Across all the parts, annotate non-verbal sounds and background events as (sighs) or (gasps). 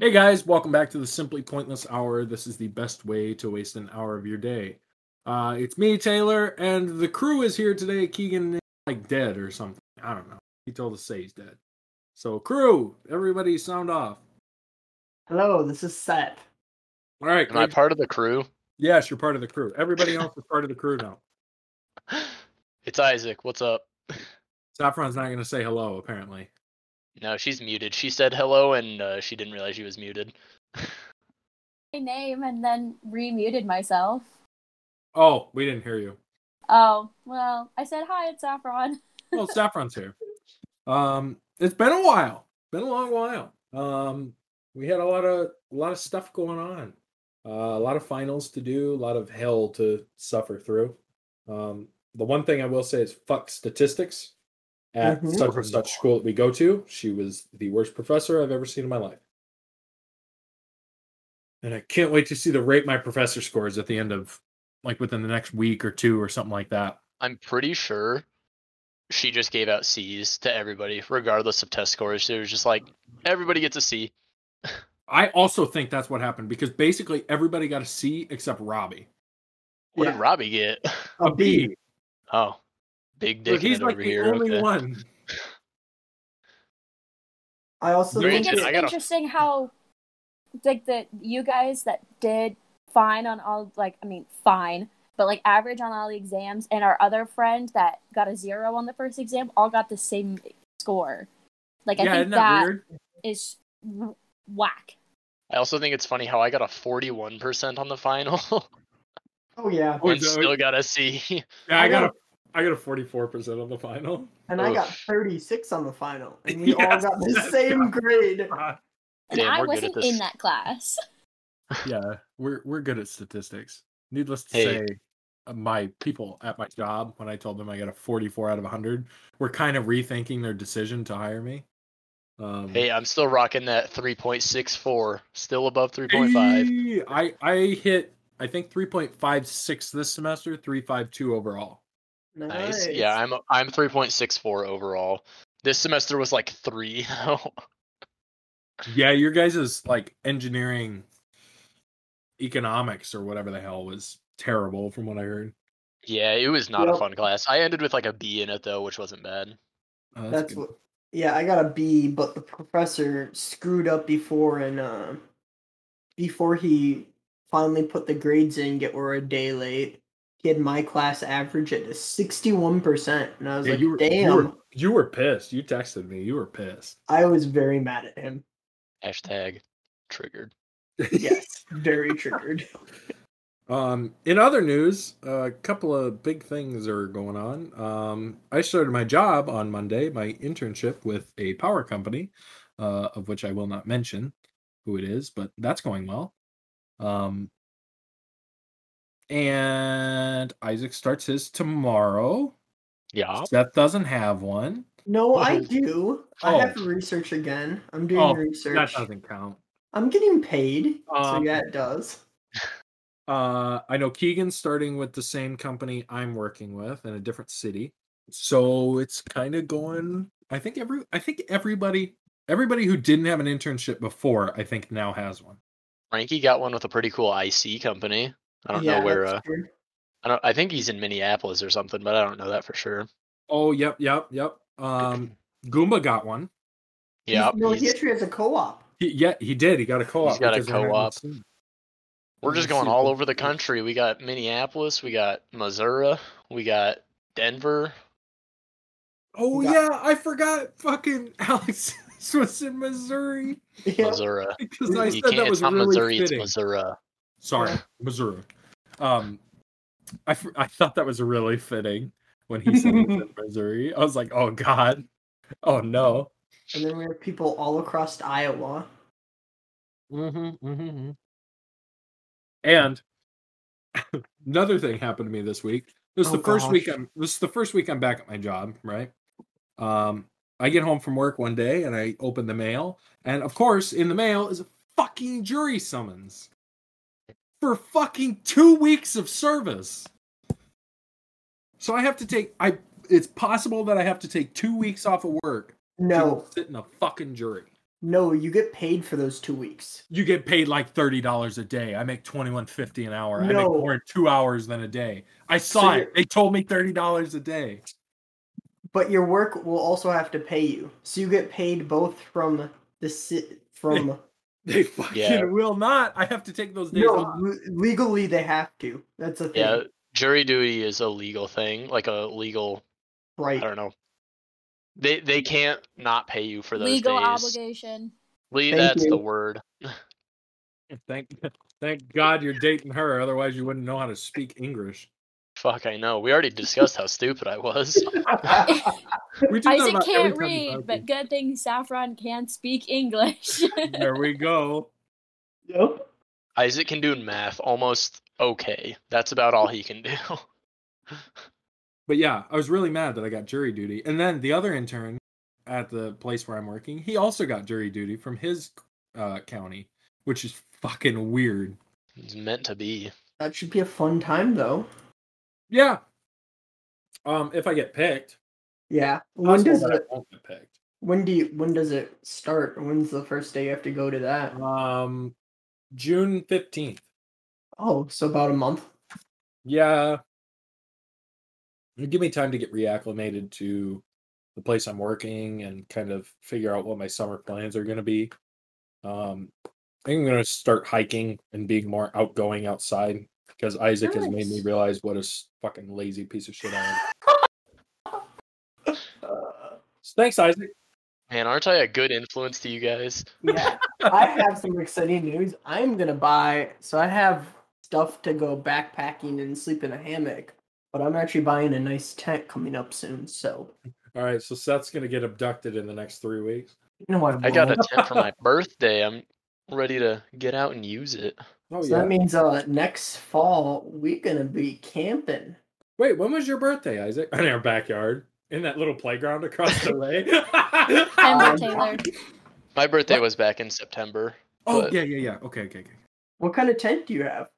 Hey guys, welcome back to the Simply Pointless Hour. This is the best way to waste an hour of your day. Uh, it's me, Taylor, and the crew is here today. Keegan is like dead or something. I don't know. He told us to say he's dead. So, crew, everybody sound off. Hello, this is Seth. All right. Am I Greg- part of the crew? (gasps) yes, you're part of the crew. Everybody else is part of the crew now. It's Isaac. What's up? Saffron's not going to say hello, apparently. No, she's muted. She said hello and uh, she didn't realize she was muted. my name and then remuted myself. Oh, we didn't hear you. Oh, well, I said hi, it's Saffron. well, Saffron's here. Um, it's been a while. Been a long while. Um, we had a lot of a lot of stuff going on. Uh, a lot of finals to do. A lot of hell to suffer through. Um, the one thing I will say is fuck statistics. At Mhm. such and such school that we go to, she was the worst professor I've ever seen in my life. And I can't wait to see the rate my professor scores at the end of like within the next week or two or something like that. I'm pretty sure she just gave out C's to everybody, regardless of test scores. She was just like, everybody gets a C. I also think that's what happened because basically everybody got a C except Robbie. What Yeah. did Robbie get? (laughs) A B. Oh, big So dick he's like over the here. only okay. one. I also I Very think think it's interesting. I gotta- interesting how, like, the you guys that did fine on all, like, I mean, fine, but like average on all the exams, and our other friend that got a zero on the first exam all got the same score. Like, I yeah, think isn't that, that weird? is w- whack. I also think it's funny how I got a 41% on the final (laughs) oh yeah, Oh, and is that- still got a C. (laughs) Yeah, I, I got a got- I got a forty four percent on the final. and I got Oof. 36 on the final, (laughs) and we Yes, all got the that's same grade. And Damn, I we're good at wasn't in this. that class. (laughs) yeah, we're we're good at statistics. Needless to Hey. say, uh, my people at my job, when I told them I got a forty four out of hundred, were kind of rethinking their decision to hire me. Um, Hey, I'm still rocking that 3.64, still above 3.5. Hey, I I hit I think 3.56 this semester, 3.52 overall. Nice. Yeah, I'm I'm 3.64 overall. This semester was like three. (laughs) though. Yeah, your guys is like engineering economics or whatever the hell was terrible from what I heard. yeah, it was not Yep. a fun class. I ended with like a B in it though, which wasn't bad. Oh, That's good. what. Yeah, I got a B, but the professor screwed up before and uh, before he finally put the grades in, get we're a day late. He had my class average at a 61%, and I was Yeah, like, you were, damn, You were, you were pissed. You texted me. You were pissed. I was very mad at him. Hashtag triggered. Yes, very triggered. Um, in other news, a couple of big things are going on. Um, I started my job on Monday, my internship with a power company, uh, of which I will not mention who it is, but that's going well. Um, and Isaac starts his tomorrow. Yeah. Seth doesn't have one. No, I Oh. do. Oh. I have to research again. I'm doing Oh, That research. doesn't count. I'm getting paid, so Um, yeah, it does. Uh, I know Keegan's starting with the same company I'm working with in a different city, so it's kind of going. I think every, I think everybody, everybody who didn't have an internship before, I think now has one. Frankie got one with a pretty cool IC company. I don't Yeah, know where that's uh, true. I don't I think he's in Minneapolis or something, but I don't know that for sure. Oh, yep, yep, yep. (clears throat) Um, Goomba got one. He's- Yeah. no, he he's- actually has a co-op. (laughs) He, yeah, he did. He got a co-op. got a because I haven't co-op. seen it. We're Let just me going see. all over the country. We got Minneapolis, we got Missouri, we got Denver. Oh He got- yeah, I forgot. Fucking (laughs) Alex was in Missouri Yeah. Missouri. because I You said can't that was it's not really Missouri, fitting. it's Missouri. Sorry, Yeah. Missouri. Um, I, f- I thought that was really fitting when (laughs) he (laughs) said he was in Missouri. I was like, oh god, oh no. And then we have people all across Iowa. Mm-hmm, mm-hmm. And (laughs) another thing happened to me this week. This is Oh, the first week gosh. I'm. This is the first week I'm back at my job. Right. Um, I get home from work one day and I open the mail, and of course, in the mail is a fucking jury summons for fucking two weeks of service. So I have to take. I. It's possible that I have to take two weeks off of work to No, sit in a fucking jury. No, you get paid for those two weeks. You get paid like thirty dollars a day. I make twenty one fifty an hour. I make No. more in two hours than a day. I saw So it. you're- They told me thirty dollars a day. But your work will also have to pay you. So you get paid both from the ci- from They fucking Yeah. will not. I have to take those days (laughs) no off. le- legally they have to. That's a thing. Yeah, jury duty is a legal thing, like a legal. I right. (laughs) don't know. They they can't not pay you for those Legal days. obligation. Lee, Thank that's you. the word. Thank, thank God you're dating her. Otherwise, you wouldn't know how to speak English. Fuck, I know. We already discussed how stupid (laughs) I was. (laughs) We do that Isaac about every can't time we read, talk but good thing Saffron can (laughs) speak English. to- (laughs) there we go. Yep. Isaac can do math almost okay. That's about all he can do. (laughs) But yeah, I was really mad that I got jury duty. And then the other intern at the place where I'm working, he also got jury duty from his uh, county, which is fucking weird. It's meant to be. That should be a fun time though. Yeah. Um, if I get picked, Yeah. When possible does that it, I won't get picked. when do you, when does it start? When's the first day you have to go to that? Um, June fifteenth. Oh, so about a month. Yeah. It'll give me time to get reacclimated to the place I'm working and kind of figure out what my summer plans are going to be. Um, I think I'm going to start hiking and being more outgoing outside because Isaac has made me Nice. realize what a s- fucking lazy piece of shit I am. Uh, So thanks, Isaac. Man, aren't I a good influence to you guys? yeah. (laughs) I have some exciting news. I'm gonna buy. So I have stuff to go backpacking and sleep in a hammock, but I'm actually buying a nice tent coming up soon. So All right, so Seth's going to get abducted in the next three weeks. you know what? I got a tent (laughs) for my birthday. I'm ready to get out and use it. Oh, So yeah. that means uh next fall we're gonna be camping. Wait, when was your birthday, Isaac? In our backyard, in that little playground across the (laughs) way. I'm (laughs) Um, with Taylor. My birthday was back in September. oh, but- yeah, yeah, yeah. Okay, okay, okay. What kind of tent do you have?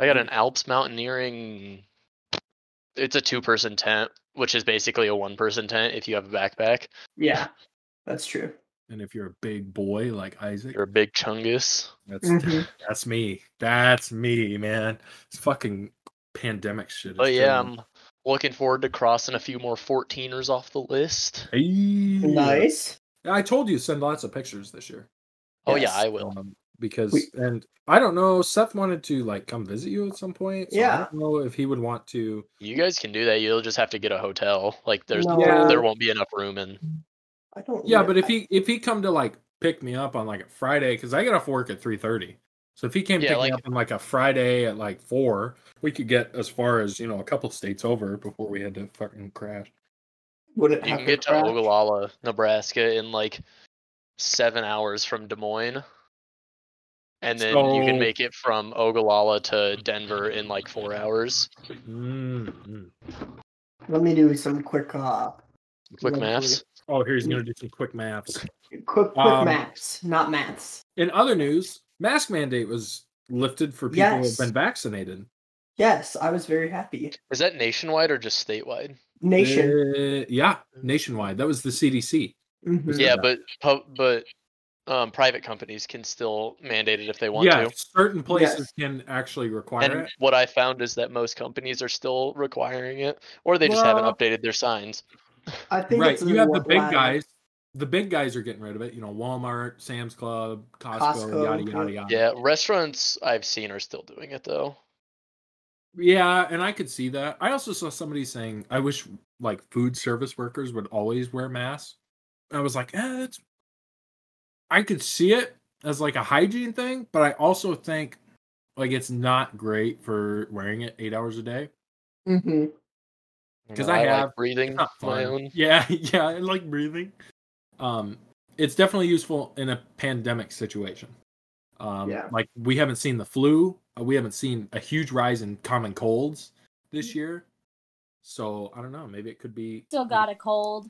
I Hmm. got an Alps mountaineering. It's a two person tent, which is basically a one person tent if you have a backpack. Yeah, that's true. And if you're a big boy like Isaac, You're a big chungus. that's Mhm. that's me. That's me, man. It's fucking pandemic shit. But is Oh, yeah, killing me. I'm looking forward to crossing a few more 14ers off the list. Hey. Nice. I told you send lots of pictures this year. Oh Yes. yeah, I will. Um, because We- and I don't know, Seth wanted to like come visit you at some point. so I Yeah. don't know if he would want to. You guys can do that. You'll just have to get a hotel. Like there's No, Yeah. there won't be enough room and I don't. Yeah, know. but if I- he if he come to like pick me up on like a Friday, because I get off work at three thirty. So if he came Yeah, pick like- me up on like a Friday at like four, we could get as far as you know a couple states over before we had to fucking crash. wouldn't you have can get to crash. Ogallala, Nebraska in like 7 hours from Des Moines. And then you So- can make it from Ogallala to Denver in like 4 hours. Mm-hmm. Let me do some quick uh Quick Lovely. maths. Oh, here's gonna do some quick maths. quick quick Um, maths, not maths. In other news, mask mandate was lifted for people who have Yes. been vaccinated. Yes, I was very happy. Is that nationwide or just statewide? Nation. Uh, yeah, nationwide. That was the CDC. Mhm. Is Yeah, that- but pu- but um, private companies can still mandate it if they want yeah, to. certain places Yes. can actually require And it. what I found is that most companies are still requiring it, or they just haven't Well- updated their signs. I think Right, it's you have the worth big latter. guys. The big guys are getting rid of it. You know, Walmart, Sam's Club, Costco, Costco, yada yeah. yada yada. Yeah, restaurants I've seen are still doing it though. Yeah, and I could see that. I also saw somebody saying, "I wish like food service workers would always wear masks." I was like, eh, that's. I could see it as like a hygiene thing, but I also think like it's not great for wearing it eight hours a day. Mhm. 'Cause No, I like have- breathing It's not my fun. own. (laughs) Yeah, yeah, I like breathing. Um, it's definitely useful in a pandemic situation. Um, Yeah. like we haven't seen the flu, uh, we haven't seen a huge rise in common colds this Mm-hmm. year. So I don't know. Maybe it could be Still got a cold.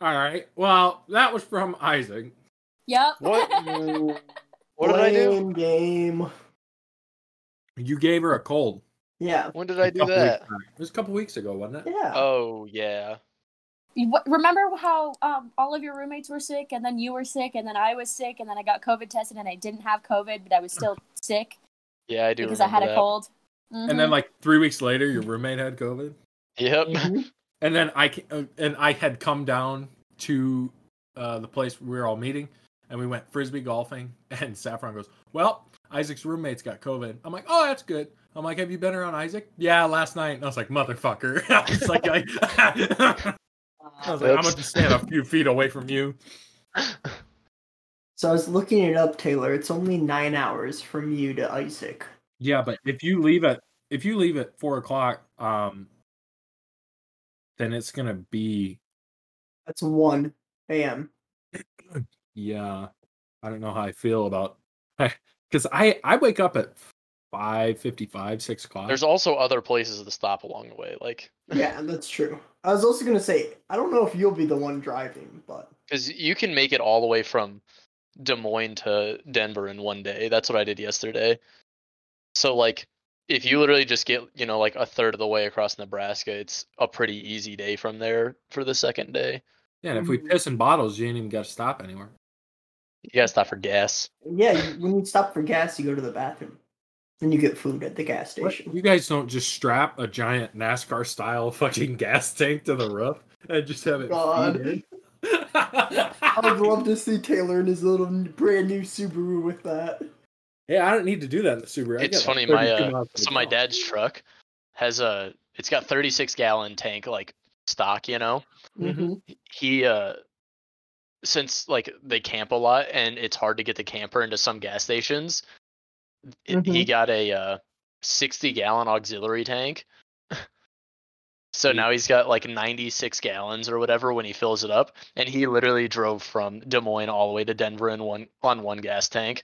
All right. Well, that was from Isaac. Yep. What? (laughs) what did I do? Blame Game. You gave her a cold. Yeah. When did I a do couple weeks that? Um, back. It was a couple weeks ago, wasn't it? Yeah. Oh yeah, You- wh- Remember how um, all of your roommates were sick, and then you were sick, and then I was sick, and then I got COVID tested, and I didn't have COVID, but I (laughs) was still sick Yeah, I do because I remember had a that. cold. Mm-hmm. And then like three weeks later, your roommate had COVID, Yep. (laughs) Mhm. and then I ca- uh, and I had come down to uh, the place we were all meeting, and we went frisbee golfing. (laughs) And Saffron goes, "Well, Isaac's roommate's got COVID." I'm like, "Oh, that's good." I'm like, "Have you been around Isaac?" Yeah, last night. And I was like, "Motherfucker!" (laughs) I was like, I, I (laughs) Uh, was like "I'm gonna Oops. stand a few feet away from you." So I was looking it up, Taylor. It's only nine hours from you to Isaac. Yeah, but if you leave at if you leave at four o'clock, um, then it's gonna be That's one a.m. yeah. I don't know how I feel about (laughs) because I I wake up at five fifty five six o'clock. There's also other places to stop along the way, like Yeah, that's true. I was also gonna say I don't know if you'll be the one driving, but because you can make it all the way from Des Moines to Denver in one day. That's what I did yesterday. So like, if you literally just get you know like a third of the way across Nebraska, it's a pretty easy day from there for the second day. yeah, and if we Mm-hmm. Mhm. piss in bottles, you ain't even got to stop anywhere. You gotta stop for gas. yeah, you- when you stop for gas, you go to the bathroom, then you get food at the gas What? station. You guys don't just strap a giant NASCAR style fucking (laughs) gas tank to the roof and just have it. feed God. (laughs) in? I would love to see Taylor in his little brand new Subaru with that. Yeah, I don't need to do that in the Subaru. I It's got, funny, like, my, 32 uh, miles to the So my gallon. dad's truck has a it's got 36 gallon tank like stock, you know. Mm-hmm. Mhm. He uh since like they camp a lot and it's hard to get the camper into some gas stations, i- he Mhm. got a uh 60 gallon auxiliary tank. (laughs) so Mm. now he's got like 96 gallons or whatever when he fills it up and he literally drove from Des Moines all the way to Denver in one on one gas tank.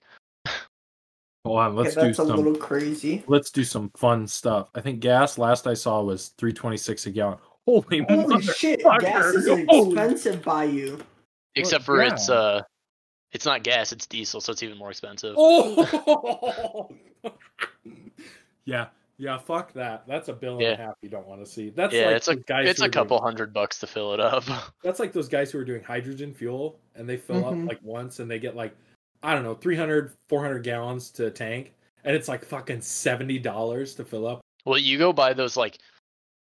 Hold on, Okay, let's do that's a some. little crazy. Let's do some fun stuff. I think gas last I saw was three twenty six a gallon. Holy, Holy mother- shit, gas is fucker. Holy- expensive by you. Except for it's yeah. uh it's not gas, it's diesel, so it's even more expensive. (laughs) Oh. (laughs) yeah, yeah. Fuck that. That's a bill and Yeah. a half. You don't want to see. That's Yeah, like it's a- those guys. It's who a are couple Doing, hundred bucks to fill it up. (laughs) that's like those guys who are doing hydrogen fuel and they fill Mhm. up like once and they get like I don't know 300, 400 gallons to a tank and it's like fucking seventy dollars to fill up. Well, you go by those like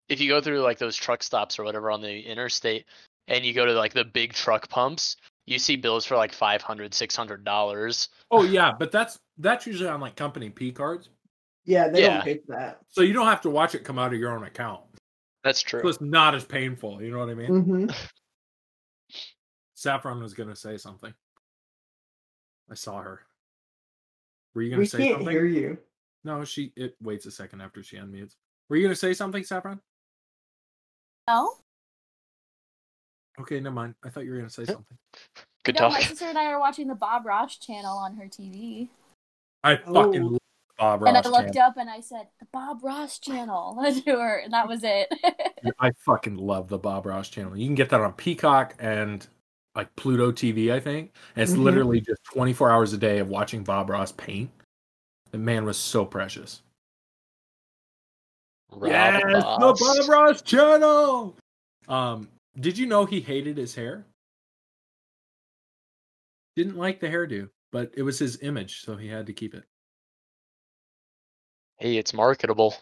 if you go through like those truck stops or whatever on the interstate and you go to like the big truck pumps, you see bills for like 500 600 dollars. Oh yeah, but that's that's usually on like company P cards, Yeah, they Yeah. don't pick that. so you don't have to watch it come out of your own account. That's So true. it's not as painful. You know what I mean? Mm-hmm. Saffron was going to say something. I saw her. Were you going We to say can't something? hear you. No, she. It waits a second after she unmutes. Were you going to say something, Saffron? No, Okay, never mind. I thought you were going to say something. Good no, talk. My sister and I are watching the Bob Ross channel on her TV, I fucking Oh. love Bob and I Ross. looked man. up and I said the Bob Ross channel (laughs) to her, and that was it. (laughs) I fucking love the Bob Ross channel. You can get that on Peacock and like Pluto TV, I think. And it's Mhm. literally just 24 hours a day of watching Bob Ross paint. The man was so precious. Rob yes, Boss. the Bob Ross channel. Um, did you know he hated his hair? Didn't like the hairdo, but it was his image, so he had to keep it. Hey, it's marketable.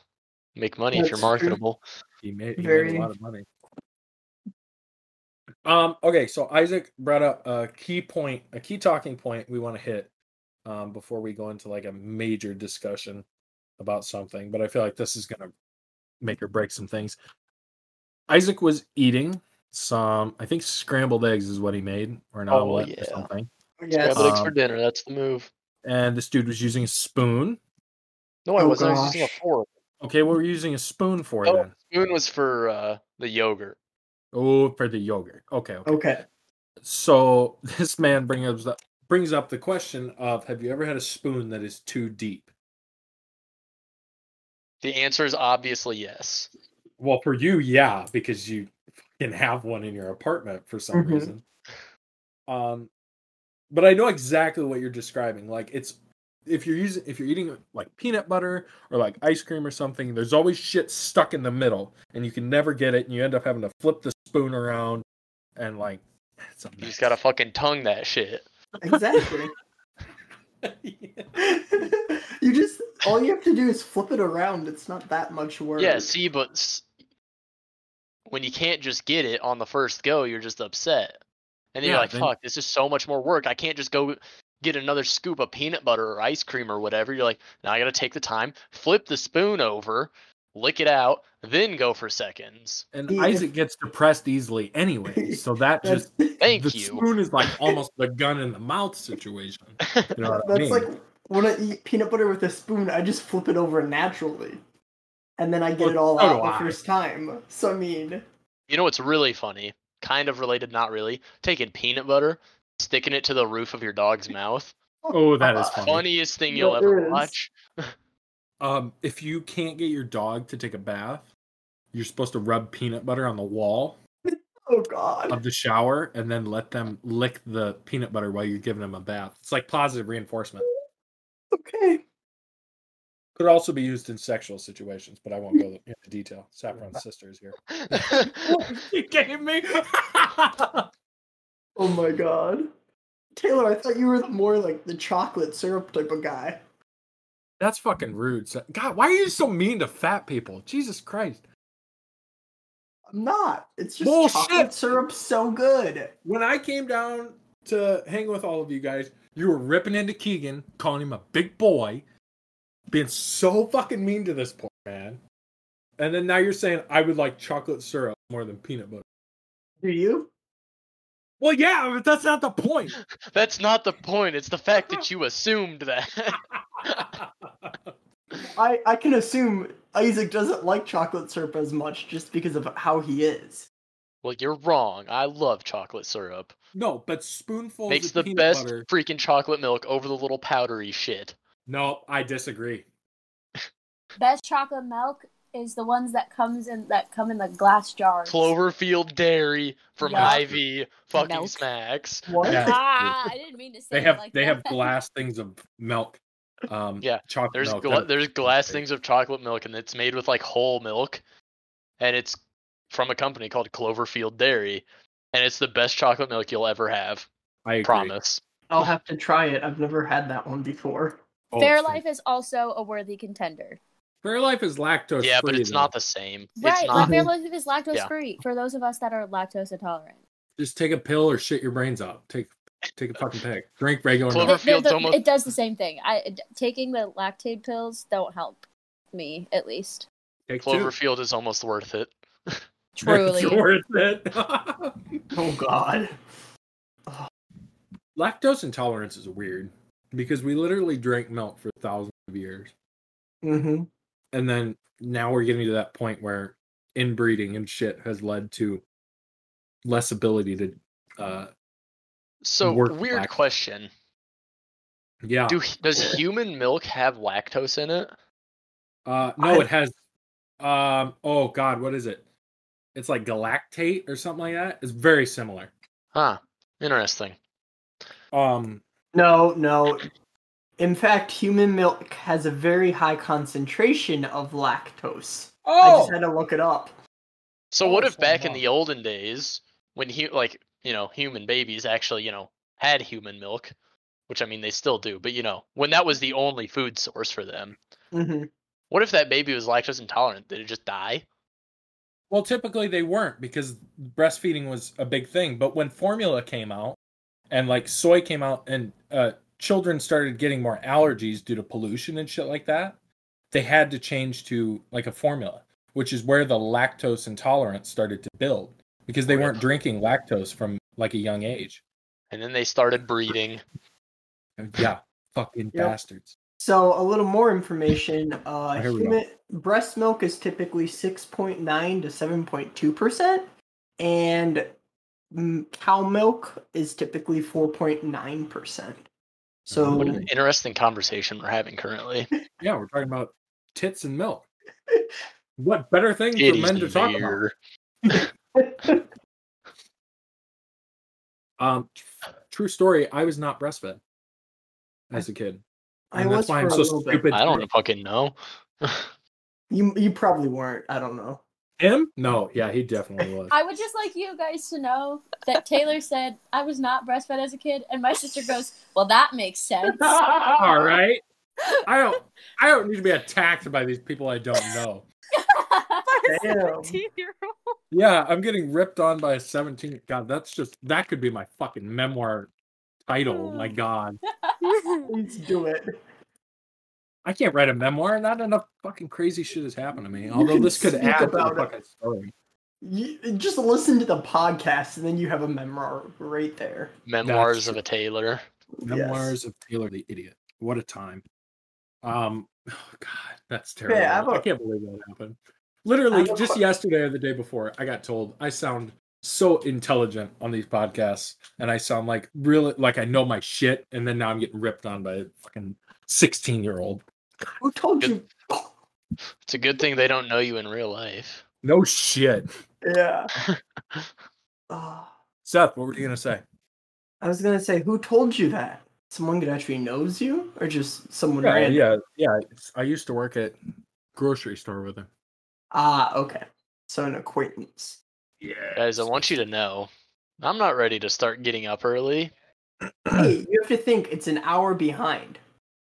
Make money if That's you're true. marketable. He made, he made Very- a lot of money. Um, okay, so Isaac brought up a key point, a key talking point we want to hit um, before we go into like a major discussion about something, but I feel like this is going to make or break some things. Isaac was eating some, I think scrambled eggs is what he made, or an Oh, omelet yeah. or something. Yes. Scrambled eggs Um, for dinner, that's the move. And this dude was using a spoon. No, I oh wasn't. I was using a gosh. fork. Okay, what were you using a spoon for Oh. then? Spoon was for uh, the yogurt. Oh, for the yogurt. Okay, okay. Okay. So (laughs) this man brings up brings up the question of Have you ever had a spoon that is too deep? The answer is obviously yes. Well, for you, yeah, because you can have one in your apartment for some Mhm. reason. Um, but I know exactly what you're describing. Like it's if you're using if you're eating like peanut butter or like ice cream or something, there's always shit stuck in the middle, and you can never get it, and you end up having to flip the spoon around and like (sighs) it's a You just mess. gotta fucking tongue that shit. (laughs) Exactly. (laughs) you just all you have to do is flip it around. It's not that much work. Yeah, see, but s- when you can't just get it on the first go, you're just upset. And then Yeah, you're like, then- fuck, this is so much more work. I can't just go get another scoop of peanut butter or ice cream or whatever. You're like, now I gotta take the time, flip the spoon over, lick it out, then go for seconds. and Yeah. Isaac gets depressed easily anyway, (laughs) so that that's, just Thank the you. spoon is like almost the gun in the mouth (laughs) situation. You know what I that's mean? like when I eat peanut butter with a spoon. I just flip it over naturally, and then I get Well, it all so out do the I. first time. So I mean, You know what's really funny? Kind of related, not really. Taking peanut butter, sticking it to the roof of your dog's mouth. oh, that is funny. Funniest thing you'll That ever is. watch. (laughs) Um, if you can't get your dog to take a bath, you're supposed to rub peanut butter on the wall oh god, of the shower and then let them lick the peanut butter while you're giving them a bath. It's like positive reinforcement. okay. Could also be used in sexual situations, but I won't go into detail. (laughs) Saffron sisters here. (laughs) you kidding me? (laughs) Oh my god. Taylor, I thought you were the more like the chocolate syrup type of guy. That's fucking rude. Sa- God, why are you so mean to fat people? Jesus Christ. I'm not. It's just Bullshit. chocolate syrup's so good. when I came down to hang with all of you guys, you were ripping into Keegan, calling him a big boy, being so fucking mean to this poor man. And then now you're saying I would like chocolate syrup more than peanut butter. Do you? Well, yeah, but that's not the (laughs) point. That's not the point. It's the (laughs) fact that you assumed that. (laughs) I, I can assume Isaac doesn't like chocolate syrup as much just because of how he is. well, you're wrong. I love chocolate syrup. no, but spoonfuls Makes of the peanut best butter. freaking chocolate milk over the little powdery shit. No, I disagree. Best chocolate milk is the ones that comes in that come in the glass jars. Cloverfield Dairy from Yeah. Ivy fucking Milk. smacks. What? Yeah. Ah, I didn't mean to say They it have like they have (laughs) that. glass things of milk. Um, Yeah, chocolate There's milk. gla- That- there's glass things of chocolate milk and it's made with like whole milk, and it's from a company called Cloverfield Dairy, and it's the best chocolate milk you'll ever have. I agree. Promise. I'll have to try it. I've never had that one before. Oh, Fairlife is also a worthy contender. Fairlife is lactose Yeah, but free, it's though. not the same. right, It's (laughs) not. like Fairlife is lactose Yeah. free for those of us that are lactose intolerant. Just take a pill or shit your brains out. Take take a (laughs) fucking peg. Drink regular Clover- milk. They- they're Cloverfield's the- almost- It does the same thing. I d- taking the lactate pills don't help me at least. Take (laughs) two. Cloverfield is almost worth it. It's Truly, worth it. Oh god. (laughs) Lactose intolerance is weird because we literally drank milk for thousands of years, Mm-hmm. and then now we're getting to that point where inbreeding and shit has led to less ability to. uh So Worth weird lact- question. Yeah. Do h- does human milk have lactose in it? Uh I- No, it has. Um. Oh God, what is it? It's like galactate or something like that. It's very similar. Huh. Interesting. Um. No, no. In fact, human milk has a very high concentration of lactose. I just had to look it up. So what Oh, if back in wow. the olden days, when he like you know human babies actually you know had human milk, which I mean they still do, but you know when that was the only food source for them, Mm-hmm. what if that baby was lactose intolerant? Did it just die? Well, typically they weren't because breastfeeding was a big thing. But when formula came out and like soy came out and uh, children started getting more allergies due to pollution and shit like that, they had to change to like a formula, which is where the lactose intolerance started to build because they weren't drinking lactose from like a young age. And then they (laughs) started breeding. Yeah, fucking Yep. bastards. So a little more information. Uh, Oh, here we go. human, breast milk is typically six point nine to seven point two percent, and mm, cow milk is typically four point nine percent. Oh, So What an interesting conversation we're having (laughs) currently. Yeah, we're talking about tits and milk. What better thing for men to talk about? Titties Um, true story. I was not breastfed as a kid. I and was that's for why a I'm so little bit. stupid. I don't fucking know. You you probably weren't. I don't know. Him? No, yeah, he definitely (laughs) (laughs) was. I would just like you guys to know that (laughs) Taylor said I was not breastfed as a kid, and my sister goes, "Well, that (laughs) makes sense." All right. I don't I don't need to be attacked by these people I don't know. Damn. Yeah, I'm getting ripped on by a 17 God, that's just that could be my fucking memoir title. My god. Please do it. I can't write a memoir. Not enough fucking crazy shit has happened to me. Although can this could speak add to the about it. fucking story. You, just listen to the podcast, and then you have a memoir right there. Memoirs That's of a Taylor. Yes. Memoirs of Taylor the Idiot. What a time. Um, (sighs) oh God, that's terrible. Yeah, I have I a- can't believe that happened. Literally, have a just que- yesterday or the day before, I got told I sound so intelligent on these podcasts, and I sound like really like I know my shit, and then now I'm getting ripped on by a fucking 16 year old. Who told you? It's a good thing they don't know you in real life. No shit. (laughs) Yeah. Ah. Seth, what were you gonna say? I was gonna say, who told you that? Someone that actually knows you, or just someone Yeah, random? yeah, yeah. I used to work at grocery store with him. Ah, okay. So an acquaintance. Yeah. Guys, I want you to know I'm not ready to start getting up early. hey, you have to think it's an hour behind,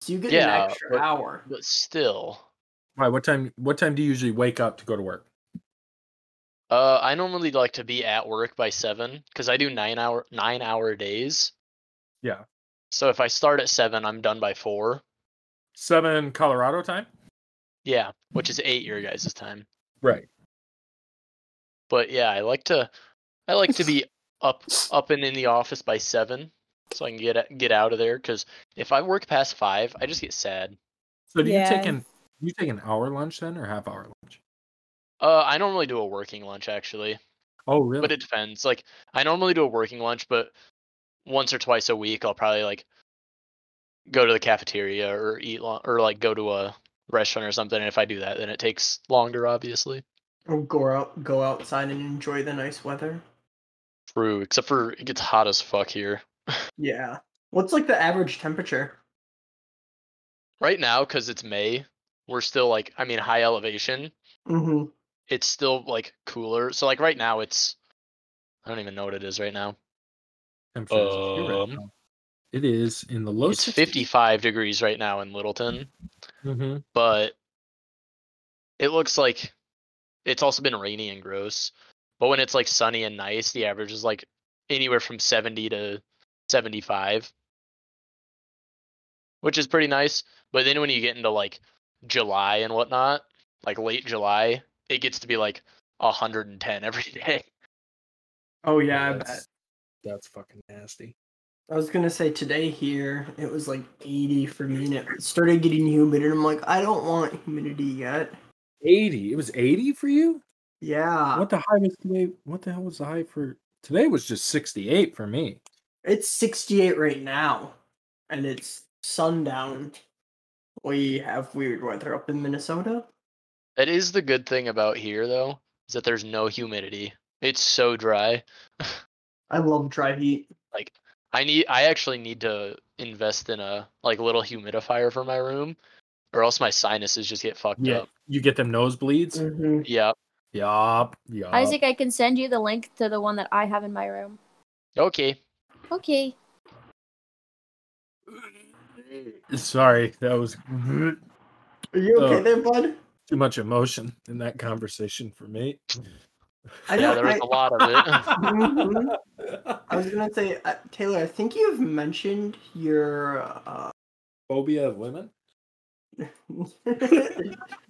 so you get Yeah, an extra but- hour. But still. (clears throat) Why? What time? What time do you usually wake up to go to work? Uh I normally like to be at work by seven because I do nine hour nine hour days. Yeah. So if I start at seven, I'm done by four. Seven Colorado time. Yeah. Which is eight your guys' time. Right. But yeah, I like to I like (laughs) to be up up and in the office by seven so I can get a- get out of there because if I work past five, I just get sad. So do you take Yeah. an do you take an hour lunch then or half hour lunch? Uh, I normally do a working lunch actually, Oh really? but it depends. Like I normally do a working lunch, but once or twice a week I'll probably like go to the cafeteria or eat lun- or like go to a restaurant or something. And if I do that, then it takes longer, obviously. Or go out, go outside and enjoy the nice weather. True, except for it gets hot as fuck here Yeah. What's like the average temperature? right now because it's May. We're still like I mean high elevation. Mm-hmm. It's still like cooler. So like right now it's I don't even know what it is right now. Temperatures, you're right. um, it is in the low. It's 55 degrees right now in Littleton. Mm-hmm. but it looks like it's also been rainy and gross. But when it's like sunny and nice, the average is like anywhere from 70 to 75, which is pretty nice. But then when you get into like July and whatnot, like late July, it gets to be like 110 every (laughs) day. Oh yeah, I bet. That's fucking nasty. I was gonna say today here it was like 80 for me, and it started getting humid, and I'm like, I don't want humidity yet. Eighty. It was eighty for you. Yeah, What the high was today? What the hell was the high for today? Was just sixty-eight for me. it's 68 right now, and it's sundown. We have weird weather up in Minnesota. That is the good thing about here, though, is that there's no humidity. It's so dry. I love dry heat. I need I actually need to invest in a like little humidifier for my room or else my sinuses just get fucked up. You get them nosebleeds. Mm-hmm. Yeah. Yup. Yup. Isaac, I can send you the link to the one that I have in my room. Okay. Okay. Sorry, that was (laughs) Are you okay Oh. there, bud? too much emotion in that conversation for me. I Yeah, don't. there was I, (laughs) a (laughs) lot of it. (laughs) Mhm. (laughs) I was gonna say, uh, Taylor. I think you've mentioned your. Uh, (laughs) Phobia of women?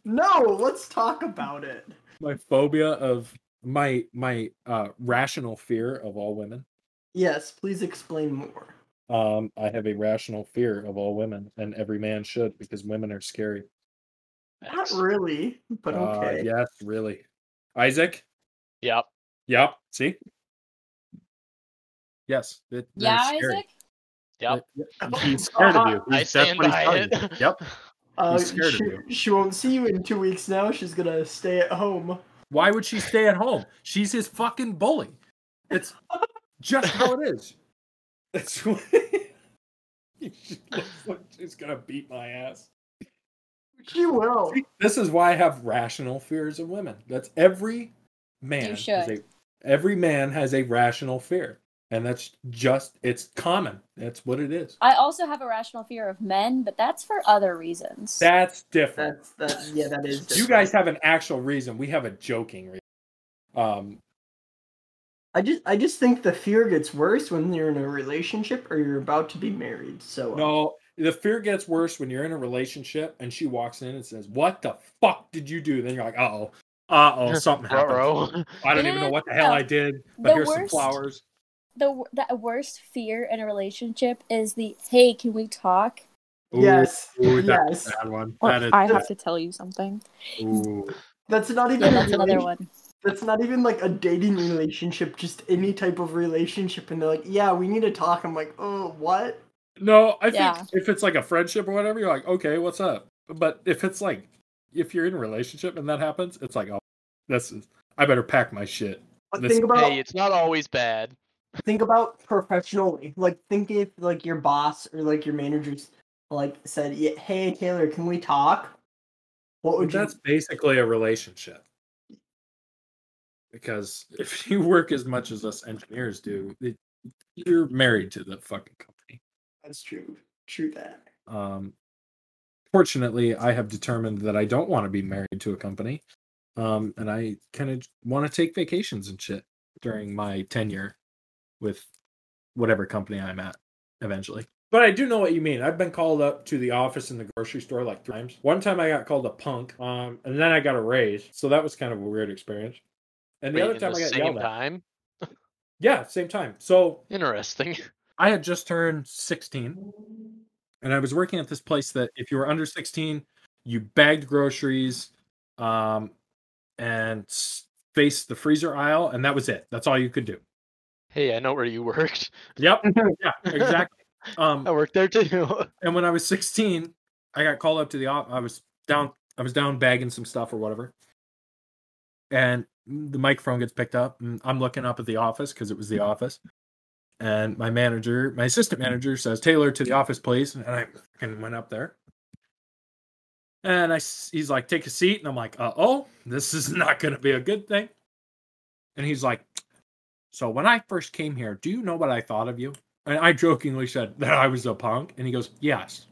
no, let's talk about it. My phobia of my my uh rational fear of all women. Yes, please explain more. Um I have a rational fear of all women and every man should because women are scary. Not really, but Uh, okay. yes, really. Isaac? Yep. Yep. See? Yes. it- they're Yeah, scary. Isaac. Yep. They- He's scared (laughs) of you. I He's- that's stand what he's by telling it. you. Yep. Uh, he's scared of she, you. she won't see you in two weeks now. She's gonna stay at home. Why would she stay at home? She's his fucking bully. It's just how it is. That's (laughs) what. she looks like she's gonna beat my ass. She will. This is why I have rational fears of women. That's every man. has should. a- every man has a rational fear, and that's just it's common. That's what it is. I also have a rational fear of men, but that's for other reasons. That's different. That's that. Yeah, that is. you different. guys have an actual reason. We have a joking reason. Um, I just, I just think the fear gets worse when you're in a relationship or you're about to be married. So uh, no, the fear gets worse when you're in a relationship and she walks in and says, "What the fuck did you do?" Then you're like, "Uh oh, uh (laughs) oh, something happened. Ruh-roh. (laughs) I don't No, even no, know what the no, hell no. I did, but The here's some worst- flowers." The w- the worst fear in a relationship is the hey, can we talk? Ooh, yes, ooh, that's yes. a bad one. Or That is I have to tell you something. (laughs) Ooh. That's not even. Yeah, a that's another relation- one. That's not even like a dating relationship. Just any type of relationship, and they're like, "Yeah, we need to talk." I'm like, "Oh, what?" No, I think Yeah. if it's like a friendship or whatever, you're like, okay, what's up? But if it's like, if you're in a relationship and that happens, it's like, oh, this is, I better pack my shit. But This- think about hey, it's not always bad. think about professionally. Like think if like your boss or like your managers like said, yeah, "Hey Taylor, can we talk?" What But would that's basically a relationship. Because if (laughs) you work as much as us engineers do, it, you're married to the fucking company. you? That's true. True that. Um, fortunately, I have determined that I don't want to be married to a company. Um, and I kind of want to take vacations and shit during my tenure with whatever company I'm at eventually. But I do know what you mean. I've been called up to the office in the grocery store like three times. One time I got called a punk, um, and then I got a raise. So that was kind of a weird experience. And the Wait, other in time I got same yelled at. time. Yeah, same time. So Interesting. (laughs) I had just turned 16 and I was working at this place that if you were under 16, you bagged groceries um, and s- faced the freezer aisle, and that was it. That's all you could do. Hey, I know where you worked. (laughs) Yep. Yeah, exactly. Um, I worked there too. (laughs) and when I was 16, I got called up to the op. I was down. I was down bagging some stuff or whatever, and the microphone gets picked up. And I'm looking up at the office because it was the office, and my manager, my assistant manager, says, "Taylor, to the office, please." And I fucking went up there, and I s- he's like, "Take a seat," and I'm like, "Uh oh, this is (laughs) not going to be a good thing." And he's like, "So when I first came here, do you know what I thought of you?" And I jokingly said that I was a punk. And he goes, Yes.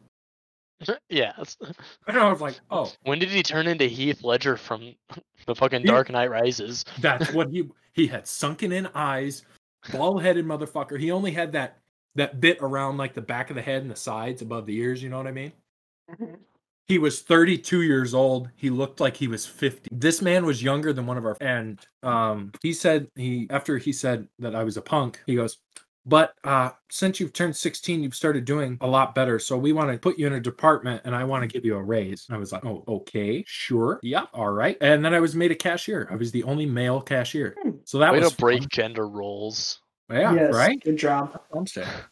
yeah. that's- And I was like, Oh, When did he turn into Heath Ledger from (laughs) the fucking He- Dark Knight Rises? that's what he he had sunken in eyes, bald headed motherfucker. He only had that that bit around like the back of the head and the sides above the ears, you know what I mean? Mm-hmm. He was 32 years old. He looked like he was 50. This man was younger than one of our and um he said he after he said that I was a punk, he goes, "But uh since you've turned 16, you've started doing a lot better. So we want to put you in a department and I want to give you a raise." And I was like, "Oh, okay. Sure. Yeah, all right." And then I was made a cashier. I was the only male cashier. Hmm. So that Way was to break fun. gender roles. Yeah, Yes, right? Good job.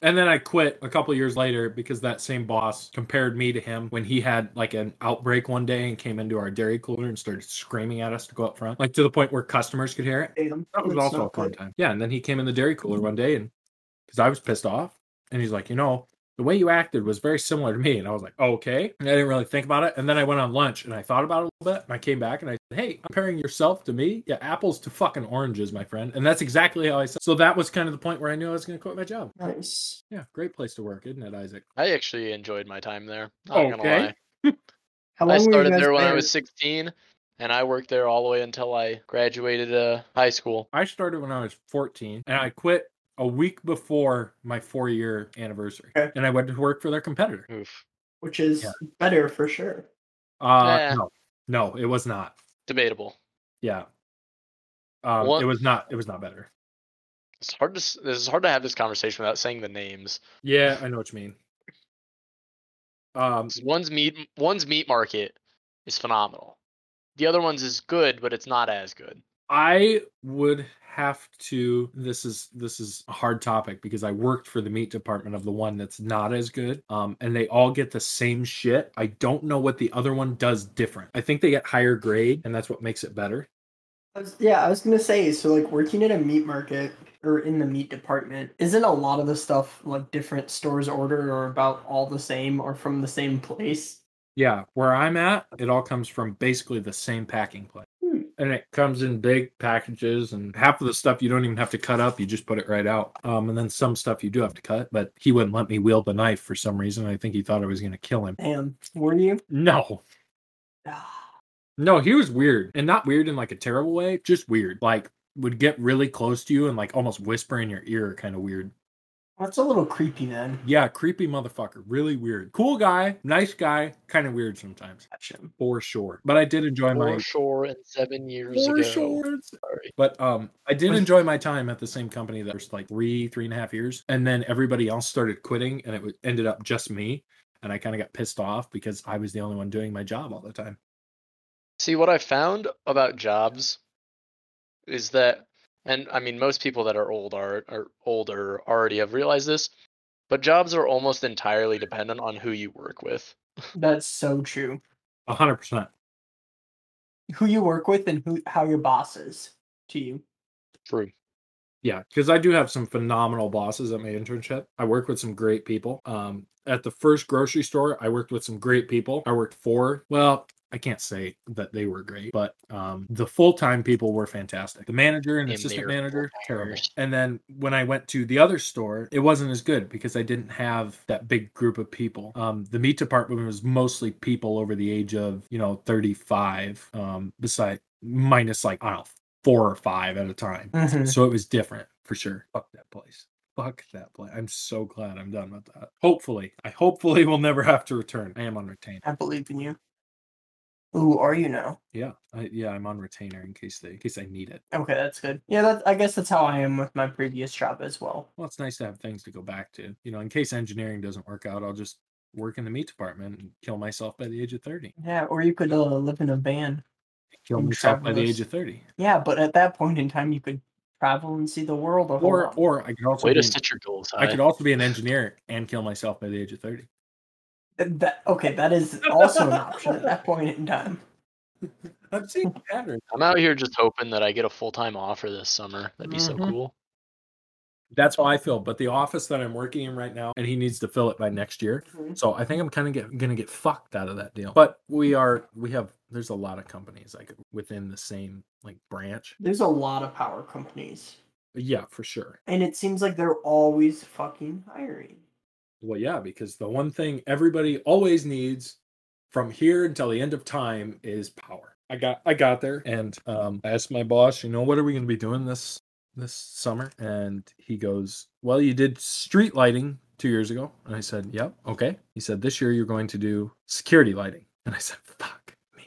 And then I quit a couple years later because that same boss compared me to him when he had like an outbreak one day and came into our dairy cooler and started screaming at us to go up front, like to the point where customers could hear it. Damn. That was that's also a not fun good. time. Yeah, and then he came in the dairy cooler one day and because I was pissed off, and he's like, you know, the way you acted was very similar to me, and I was like, okay. And I didn't really think about it, and then I went on lunch and I thought about it a little bit, and I came back and I said, hey, comparing yourself to me, yeah, apples to fucking oranges, my friend, and that's exactly how I said. So that was kind of the point where I knew I was going to quit my job. Nice. Yeah, great place to work, isn't it, Isaac? I actually enjoyed my time there. Not gonna Okay. lie. How long I were you started guys there when I was 16, and I worked there all the way until I graduated uh, high school. I started when I was 14 and I quit a week before my four year anniversary. Okay. And I went to work for their competitor. Oof. Which is Yeah. better for sure. Uh, Yeah. No, no, it was not. Debatable. Yeah. Um, What- it was not. It was not better. It's hard to. s- It's hard to have this conversation without saying the names. Yeah, I know what you mean. Um, 'Cause One's meat. One's meat market is phenomenal. The other one's is good, but it's not as good. I would have to. This is this is a hard topic because I worked for the meat department of the one that's not as good. Um, and they all get the same shit. I don't know what the other one does different. I think they get higher grade, and that's what makes it better. I was, yeah, I was gonna say, so like working at a meat market or in the meat department, isn't a lot of the stuff like different stores order or about all the same or from the same place? Yeah, where I'm at, it all comes from basically the same packing plan. Hmm. And it comes in big packages, and half of the stuff you don't even have to cut up. You just put it right out. Um, and then some stuff you do have to cut, but he wouldn't let me wield the knife for some reason. I think he thought I was going to kill him. Damn, were (sighs) you? No, no, he was weird. And not weird in like a terrible way, just weird. Like, would get really close to you and like almost whisper in your ear, kind of weird. That's a little creepy then. Yeah, creepy motherfucker. Really weird. Cool guy, nice guy, kind of weird sometimes. Gotcha. For sure. But I did enjoy my For sure, and seven years For ago. sure. Sorry. But um, I did Was- enjoy my time at the same company that was like three, three and a half years, and then everybody else started quitting, and it wa- ended up just me, and I kind of got pissed off because I was the only one doing my job all the time. See, what I found about jobs is that, and I mean, most people that are old are, are older already have realized this, but jobs are almost entirely dependent on who you work with. That's so true. A hundred percent. Who you work with and who how your boss is to you. True. Yeah, because I do have some phenomenal bosses at my internship. I work with some great people. Um, at the first grocery store, I worked with some great people. I worked for, well, I can't say that they were great, but um, the full time people were fantastic. The manager and And assistant they're manager, terrible. full-timers. And then when I went to the other store, it wasn't as good because I didn't have that big group of people. Um, the meat department was mostly people over the age of, you know, 35, um, beside minus like, I don't know, four or five at a time. Mm-hmm. So it was different for sure. Mm-hmm. Fuck that place. Fuck that place. I'm so glad I'm done with that. Hopefully, I hopefully will never have to return. I am on retainer. I believe in you. Who are you now? Yeah, I, yeah, I'm on retainer in case they in case I need it. Okay, that's good. Yeah, that I guess that's how I am with my previous job as well. Well, it's nice to have things to go back to. You know, in case engineering doesn't work out, I'll just work in the meat department and kill myself by the age of 30. Yeah, or you could uh, live in a van. Kill And myself by the travelers. age of 30. Yeah, but at that point in time, you could travel and see the world. A whole Or lot. or I could also Way be to an, set your goals I high. could also be an engineer and kill myself by the age of 30. Th- that, okay, that is (laughs) also an option at that point in time. I'm (laughs) seeing patterns. I'm out here just hoping that I get a full time offer this summer. That'd be so Mhm. cool. That's how I feel. But the office that I'm working in right now, and he needs to fill it by next year. So I think I'm kind of get, gonna get fucked out of that deal. But we are we have there's a lot of companies like within the same like branch. There's a lot of power companies, Yeah, for sure. and it seems like they're always fucking hiring. Well, yeah, because the one thing everybody always needs from here until the end of time is power. I got I got there and um I asked my boss, you know, what are we gonna be doing this this summer? And he goes, Well, you did street lighting two years ago. And I said, Yep, okay. He said, This year you're going to do security lighting. And I said, Fuck me.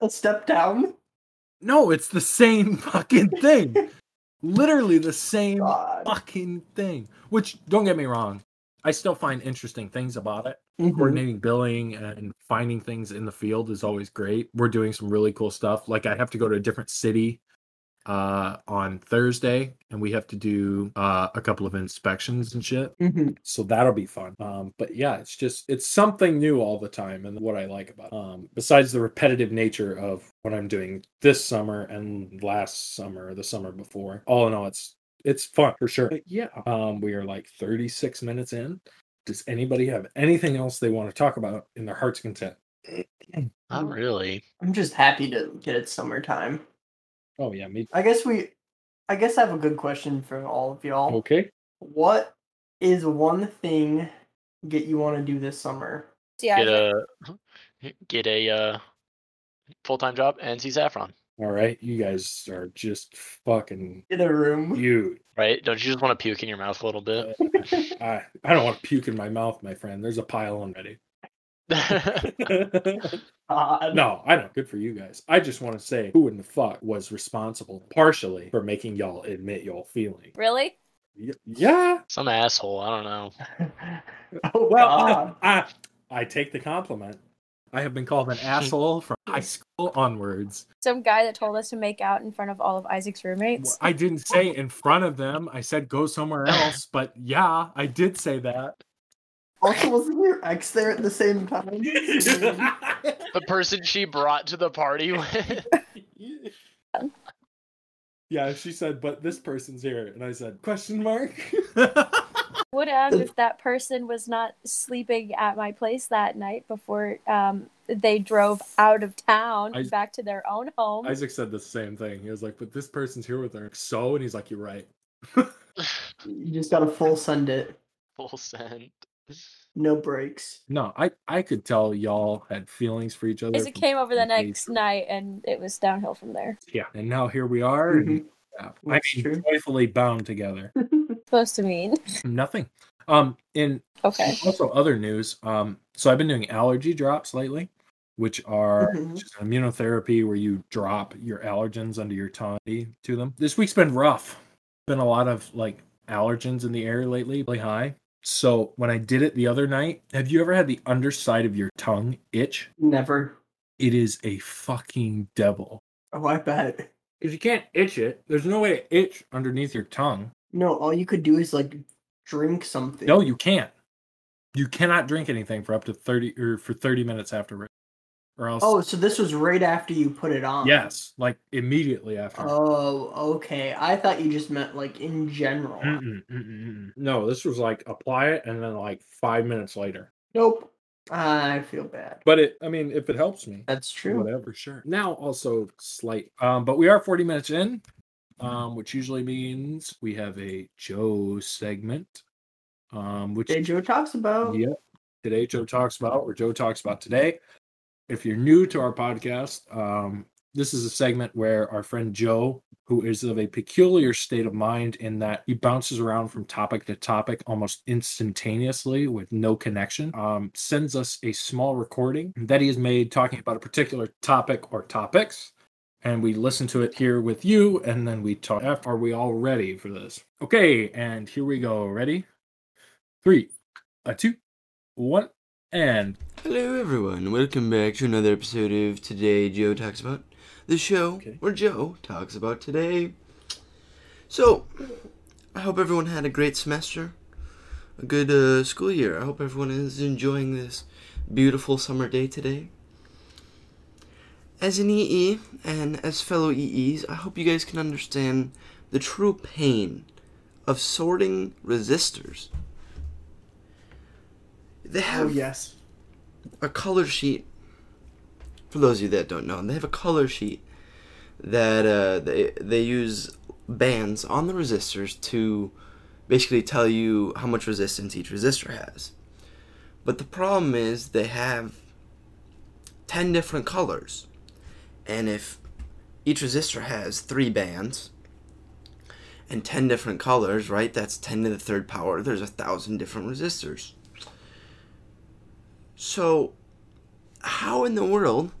A step down. No, it's the same (laughs) fucking thing. Literally the same God. fucking thing. Which don't get me wrong, I still find interesting things about it. Mhm. Coordinating billing and finding things in the field is always great. We're doing some really cool stuff. Like I have to go to a different city uh on Thursday and we have to do uh a couple of inspections and shit. Mhm. So that'll be fun. Um but yeah, it's just it's something new all the time and what I like about it. um besides the repetitive nature of what I'm doing this summer and last summer, the summer before. All in all, it's it's fun for sure. But yeah, um we are like 36 minutes in. Does anybody have anything else they want to talk about in their heart's content? Mm-hmm. Not really. I'm just happy to get it summertime. Oh yeah, me. I guess we. I guess I have a good question for all of y'all. Okay. What is one thing that you want to do this summer? (laughs) Yeah, Get a get a uh, full time job and see Saffron. All right, you guys are just fucking In a room. you. Right? Don't you just want to puke in your mouth a little bit? I I don't want to puke in my mouth, my friend. There's a pile already. (laughs) (laughs) God. No, I don't. Good for you guys. I just want to say who in the fuck was responsible partially for making y'all admit y'all feeling. really? Y- yeah. (laughs) Some asshole. I don't know. (laughs) oh Well, (laughs) God. I, I take the compliment. I have been called an asshole from high school onwards. Some guy that told us to make out in front of all of Isaac's roommates. I didn't say in front of them. I said go somewhere else, but yeah, I did say (laughs) that. Also, wasn't your ex there at the same time? The person she brought to the party with. (laughs) yeah, she said, but this person's here. And I said, question mark? would have if that person was not sleeping at my place that night before um, they drove out of town I- back to their own home. Isaac said the same thing. He was like, "But this person's here with her." So, and he's like, "You're right." You just gotta full send it. Full send. (laughs) No breaks. No, I I could tell y'all had feelings for each other. Isaac from- came over the from day next three. night, and it was downhill from there. Yeah, and now here we are. And, yeah, I Mm-hmm. That's mean, true. joyfully bound (laughs) together. Supposed to mean Nothing. Um, and okay. also other news. Um, so I've been doing allergy drops lately, which are Mhm. just immunotherapy where you drop your allergens under your tongue to them. This week's been rough. Been a lot of like allergens in the air lately, really high. So when I did it the other night, have you ever had the underside of your tongue itch? Never. It is a fucking devil. Oh, I bet. Because you can't itch it. There's no way to itch underneath your tongue. No, all you could do is like drink something. No, you can't. You cannot drink anything for up to thirty or for thirty minutes after, re- or else. Oh, so this was right after you put it on. yes, like immediately after. Oh, okay. I thought you just meant like in general. Mm-mm, mm-mm, mm-mm. No, this was like apply it and then like five minutes later. Nope. I feel bad. But it, I mean, if it helps me, That's true. whatever, sure. Now also slight, um, but we are forty minutes in, um, which usually means we have a Joe segment, um, which Did Joe talks about? Yep. Today, Joe talks about or Joe talks about today. If you're new to our podcast, um, this is a segment where our friend Joe, who is of a peculiar state of mind in that he bounces around from topic to topic almost instantaneously with no connection, um, sends us a small recording that he has made talking about a particular topic or topics. And we listen to it here with you, and then we talk. F, Are we all ready for this? Okay, and here we go. Ready? Three, a two, one, and Hello, everyone. Welcome back to another episode of Today Joe Talks About, the show Okay. where Joe talks about today. So, I hope everyone had a great semester, a good uh, school year. I hope everyone is enjoying this beautiful summer day today. As an EE and as fellow EEs, I hope you guys can understand the true pain of sorting resistors. They Oh, have yes. a color sheet. For those of you that don't know, they have a color sheet that uh, they they use bands on the resistors to basically tell you how much resistance each resistor has. But the problem is they have ten different colors, and if each resistor has three bands and ten different colors, right? That's ten to the third power. There's a thousand different resistors. So, how in the world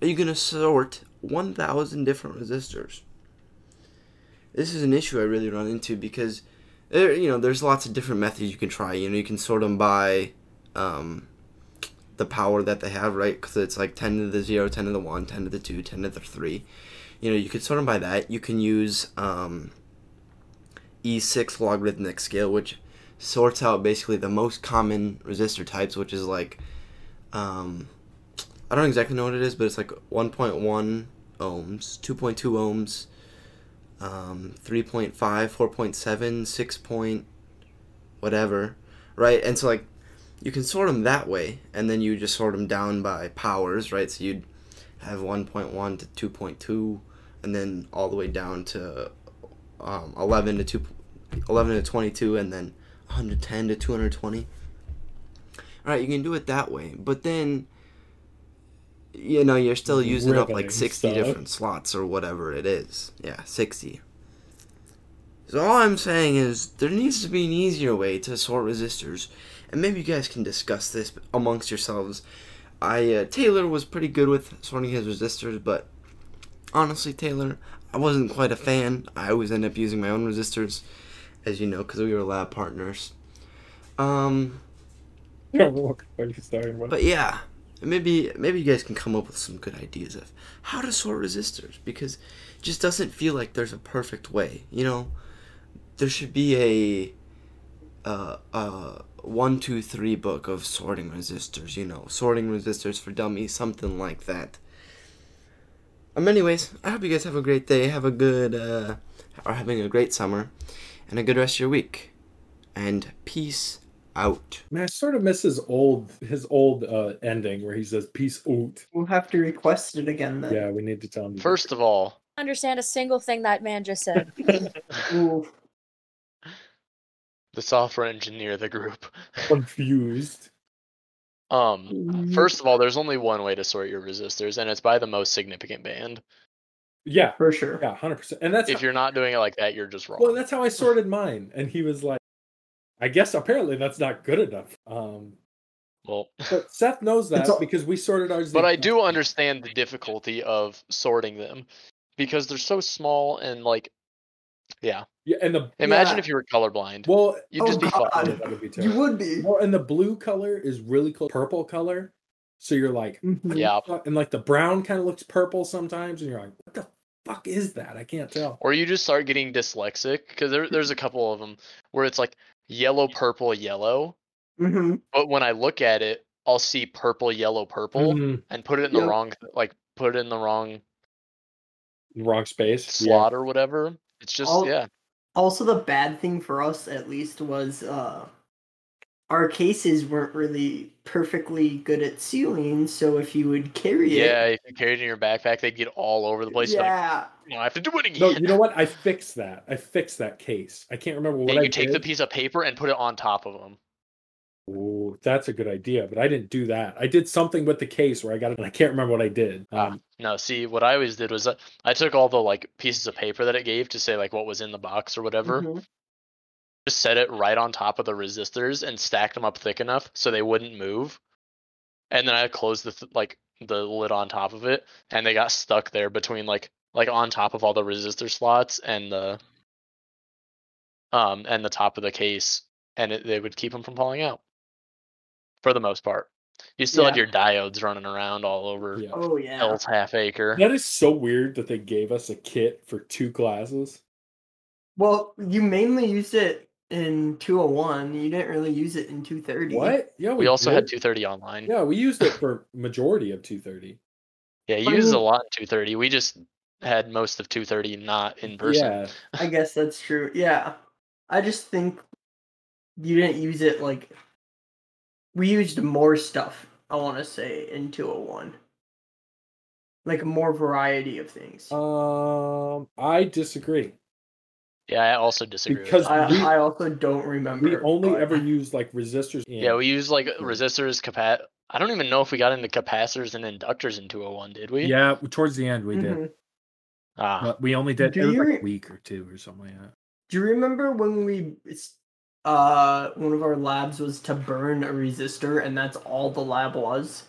are you going to sort 1,000 different resistors? This is an issue I really run into because, there, you know, there's lots of different methods you can try. You know, you can sort them by um, the power that they have, right? Because it's like 10 to the 0, 10 to the 1, 10 to the 2, 10 to the 3. You know, you could sort them by that. You can use um, E6 logarithmic scale, which sorts out basically the most common resistor types, which is like um, I don't exactly know what it is, but it's like 1.1 ohms, 2.2 ohms, um, 3.5, 4.7, 6. Point whatever, right? And so like you can sort them that way, and then you just sort them down by powers, right? So you'd have 1.1 to 2.2, and then all the way down to um, 11 to 2, 11 to 22, and then 110 to 220 right you can do it that way but then you know you're still using up Riveting like 60 stuff. different slots or whatever it is yeah 60 so all i'm saying is there needs to be an easier way to sort resistors and maybe you guys can discuss this amongst yourselves i uh, taylor was pretty good with sorting his resistors but honestly taylor i wasn't quite a fan i always end up using my own resistors as you know because we were lab partners um what are you starting with? but yeah, maybe maybe you guys can come up with some good ideas of how to sort resistors because it just doesn't feel like there's a perfect way. You know, there should be a uh, uh, one two three book of sorting resistors. You know, sorting resistors for dummies, something like that. Um. Anyways, I hope you guys have a great day. Have a good uh, are having a great summer, and a good rest of your week. and peace out. Man, I sort of miss his old his old uh, ending where he says peace out. We'll have to request it again then. Yeah, we need to tell him. to do First of all, understand a single thing that man just said. Ooh, the software engineer of the group. that. confused. Mm-hmm. Um, first of all, there's only one way to sort your resistors, and it's by the most significant band. Yeah, for sure. yeah, hundred percent. And that's If you're not doing it like that, you're just wrong. well, that's how I sorted mine. And he was like, I guess apparently that's not good enough. Um, Well, but Seth knows that It's all- because we sorted ours. the but I exact- do understand the difficulty of sorting them because they're so small and like, yeah. Yeah, and the Imagine Yeah. if you were colorblind, well, you'd Oh, just be oh, fucked. God. that would be You terrible. would be. Well, and the blue color is really close purple color. So you're like, Mhm. Yeah. "Fuck," and like the brown kind of looks purple sometimes, and you're like, what the fuck is that? I can't tell. Or you just start getting dyslexic because there, there's a couple of them where it's like yellow, purple, yellow. Mhm. But when I look at it, I'll see purple, yellow, purple, Mhm. and put it in the Yep. wrong like put it in the wrong Wrong space. Yeah. slot or whatever. It's just All- yeah. Also, the bad thing for us, at least, was uh, our cases weren't really perfectly good at sealing. So if you would carry yeah, it, If you carried it in your backpack, they'd get all over the place. Yeah. Like, yeah, "Oh, I have to do it No, again. you know what? I fixed that. I fixed that case. I can't remember what Then I you take the did. piece of paper and put it on top of them. Ooh, that's a good idea, but I didn't do that. I did something with the case where I got it, and I can't remember what I did. Um, No, see, what I always did was uh, I took all the like pieces of paper that it gave to say like what was in the box or whatever, Mhm. just set it right on top of the resistors and stacked them up thick enough so they wouldn't move. And then I closed the th- like the lid on top of it, and they got stuck there between like like on top of all the resistor slots and the um and the top of the case, and it, they would keep them from falling out. For the most part, you still had Yeah. your diodes running around all over yeah. Oh yeah. Hell's half acre. That is so weird that they gave us a kit for two classes. Well, you mainly used it in 201. You didn't really use it in 230. What? Yeah, We also had did. 230 online. Yeah, we used it for majority of 230. Yeah, you I used a mean- lot in 230. We just had most of 230 not in person. Yeah, I guess that's true. Yeah. I just think you didn't use it like we used more stuff, I want to say in 201. Like more variety of things. Uh, um, I disagree Yeah, I also disagree. Because- I, Because we- I also don't remember. we only but- ever used like resistors. In. yeah, we used like resistors, capac. I don't even know if we got into capacitors and inductors in 201, did we? yeah. Towards the end, we did, Mhm. Ah, but we only did Do it was you- like a week or two or something like that. Do you remember when we it's uh one of our labs was to burn a resistor and that's all the lab was?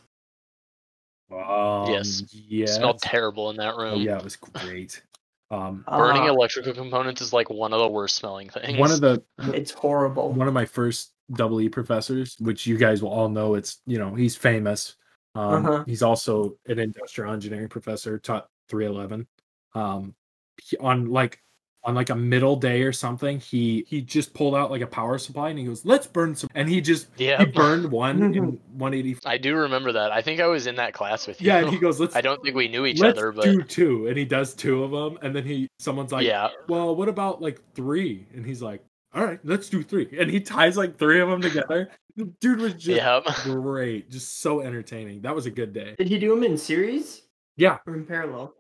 Um, Yes. Yeah. smelled terrible in that Oh, room. yeah, it was great. Um, Burning Uh, electrical components is like one of the worst smelling things. one of (laughs) the (laughs) it's horrible. one of my first double E professors, which you guys will all know. It's you know he's famous. Um, Uh-huh. He's also an industrial engineering professor. Taught three eleven. Um, he- on like on like a middle day or something, he he just pulled out like a power supply and he goes, "Let's burn some." And he just yeah. he burned one in one eighty. I do remember that. I think I was in that class with you. Mm-hmm. (laughs) Yeah, and he goes, "Let's." I don't think we knew each Let's other, but do two, and he does two of them, and then he someone's like, yeah, well, what about like three? And he's like, all right, let's do three. And he ties like three of them together. The dude was just yeah. great, just so entertaining. That was a good day. Did he do them in series Yeah, or in parallel?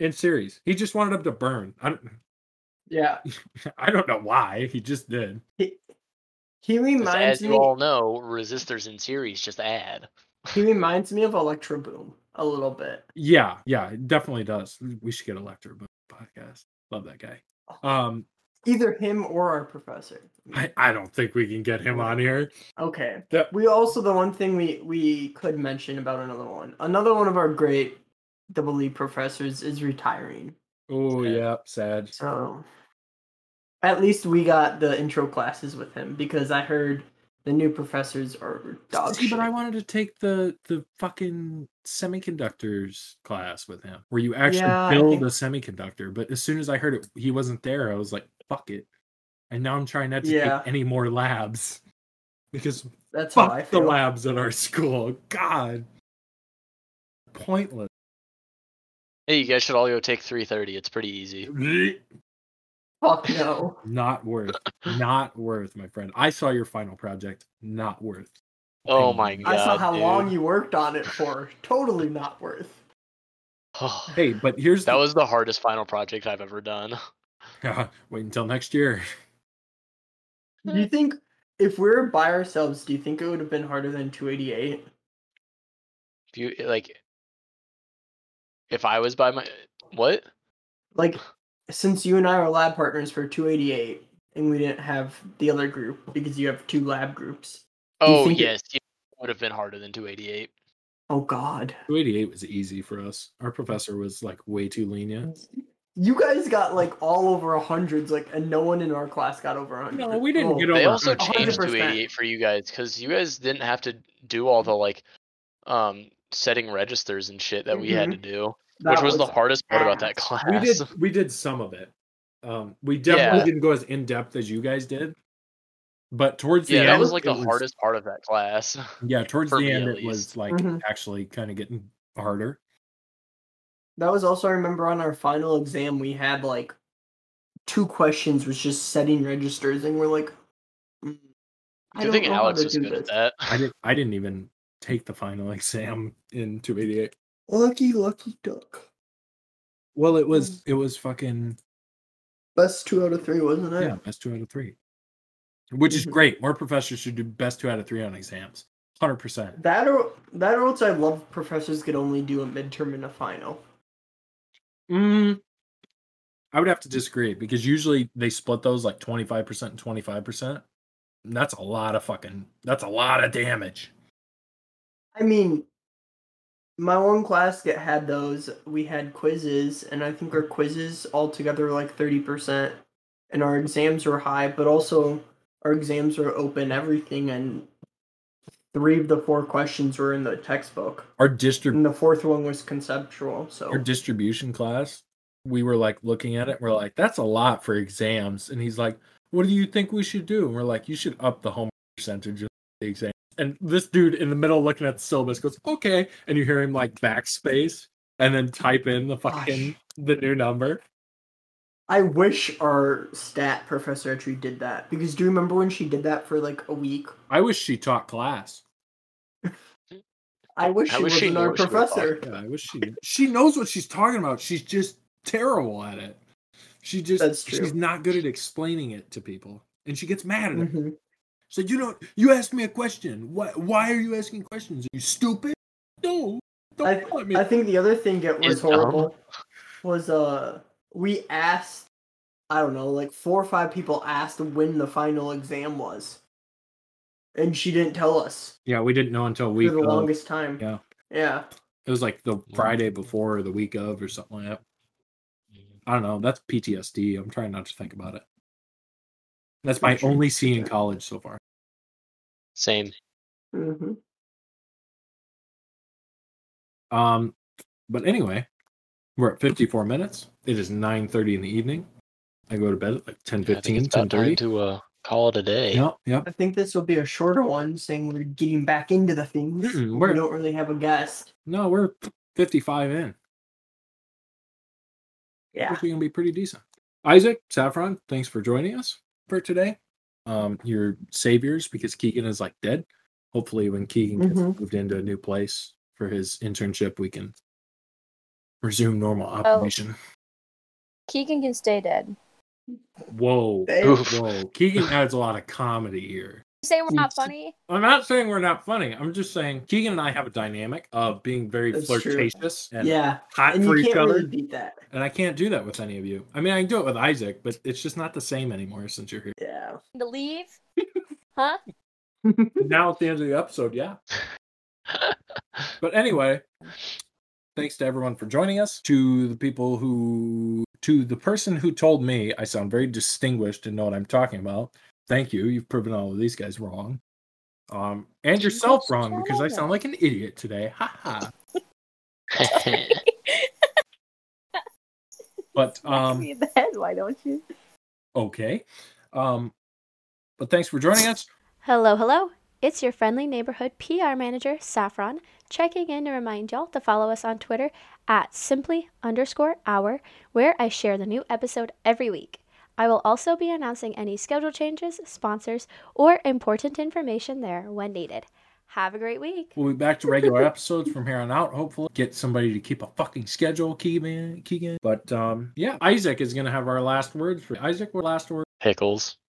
in series, he just wanted him to burn. I don't, (laughs) Yeah. I don't know why he just did. He 'Cause reminds As me you all know, resistors in series just add. he reminds me of Electro Boom a little bit. Yeah, yeah, it definitely does. We should get Electro Boom podcast. Love that guy. Um, Either him or our professor. I, I don't think we can get him on here. Okay. That- We also the one thing we we could mention about another one. Another one of our great double E professors is retiring. Oh Sad. yeah, sad. So at least we got the intro classes with him because I heard the new professors are dog See, shit. but I wanted to take the the fucking semiconductors class with him, where you actually Yeah, I build think- a semiconductor. But as soon as I heard it, he wasn't there. I was like, "Fuck it!" And now I'm trying not to Yeah. take any more labs (laughs) because That's how I fuck the feel. labs at our (laughs) school. God, pointless. (laughs) Hey, you guys should all go take 330. It's pretty easy. Fuck no. Not worth. Not worth, my friend. I saw your final project. Not worth. Oh my god. I saw how dude. long you worked on it for. Totally not worth. (sighs) Hey, but here's that the- was the hardest final project I've ever done. (laughs) wait until next year. Do you think if we were by ourselves, do you think it would have been harder than 288? If you eh, like if I was by my what? Like, since you and I were lab partners for 288, and we didn't have the other group because you have two lab groups. you Oh think it- yes, it would have been harder than 288. Oh God, 288 was easy for us. Our professor was like way too lenient. you guys got like all over hundreds, like, and no one in our class got over hundred. No, we Oh, didn't get They over also 100%. changed 288 for you guys cuz you guys didn't have to do all the like um setting registers and shit that we had Mm-hmm. to do, which was, the hardest part about that ass. class. We did we did some of it. Um, we definitely Yeah. didn't go as in depth as you guys did. But towards the (laughs) yeah, that end, was like the it hardest part of that class. (laughs) Yeah, towards for the me end, at it was least. like Mhm. actually kind of getting harder. That was also I remember on our final exam we had like two questions was just setting registers, and we're like, mm, I Good don't thing know how Alex to was do good at this. that. I didn't. I didn't even take the final (laughs) exam in 288. Lucky, lucky duck. Well, it was it was fucking Best two out of three, wasn't it? yeah, best two out of three, which is Mhm. great. More professors should do best two out of three on exams. Hundred percent. That or that or else I love professors could only do a midterm and a final. Mm, I would have to disagree because usually they split those like 25% and 25%. And that's a lot of fucking, that's a lot of damage. I mean, my one class that had those, we had quizzes, and I think our quizzes altogether were like 30%, and our exams were high, but also our exams were open everything, and three of the four questions were in the textbook, Our distrib- and the fourth one was conceptual, so. our distribution class, we were like looking at it. We're like, that's a lot for exams. And he's like, what do you think we should do? And we're like, you should up the homework percentage of the exam. And this dude in the middle looking at the syllabus goes, okay. And you hear him like backspace and then type in the fucking, the new number. I wish our stat professor actually did that, because do you remember when she did that for like a week? I wish she taught class. I wish I she wish she wasn't knew our what she was talking professor. Yeah, I wish she (laughs) knew. she knows what she's talking about. She's just terrible at it. She just That's true. she's not good at explaining it to people, and she gets mad at them. Mhm. So you don't. You asked me a question. Why? Why are you asking questions? Are you stupid? No. Don't I- yell at me. I think the other thing that was It's dumb. horrible was uh we asked I don't know, like four or five people asked when the final exam was. And she didn't tell us yeah, we didn't know until week. for the of. longest time. yeah. Yeah. It was like the Friday before or the week of or something like that. I don't know. That's PTSD. I'm trying not to think about it. That's my Sure. only scene in college so far. Same. Mm-hmm. Um, but anyway, we're at 54 minutes. It is 9:30 in the evening. I go to bed at like 10:15, 10:30. to uh, call it a day. Yep, yep. I think this will be a shorter one saying we're getting back into the things. Mm-mm, We we're- don't really have a guest. No, we're 55 in. I Yeah. think we're gonna be pretty decent. Isaac Saffron, thanks for joining us for today. Um, your saviors because Keegan is like dead. Hopefully, when Keegan gets Mhm. moved into a new place for his internship, we can resume normal operation. (laughs) Keegan can stay dead. Whoa, Hey, Oof. whoa! Keegan adds a lot of comedy here. You say we're not Keegan- funny? I'm not saying we're not funny. I'm just saying Keegan and I have a dynamic of being very That's true. flirtatious and Yeah. hot And you for each can't other. really beat that. And I can't do that with any of you. I mean, I can do it with Isaac, but it's just not the same anymore since you're here. Yeah. (laughs) To leave? huh? now at the end of the episode, yeah. But anyway, thanks to everyone for joining us. To the people who, to the person who told me I sound very distinguished and know what I'm talking about. Thank you. You've proven all of these guys wrong. Um, and yourself wrong because I sound like an idiot today. Ha ha. But Smack um, me in the head, why don't you? okay. Um, but thanks for joining us. Hello, hello. It's your friendly neighborhood PR manager, Saffron, checking in to remind y'all to follow us on Twitter at simply underscore hour, where I share the new episode every week. I will also be announcing any schedule changes, sponsors, or important information there when needed. Have a great week. We'll be back to regular episodes from here on out. Hopefully, get somebody to keep a fucking schedule, Keegan. Keegan. But um, yeah, Isaac is gonna have our last words for Isaac. What last word? (laughs) Pickles.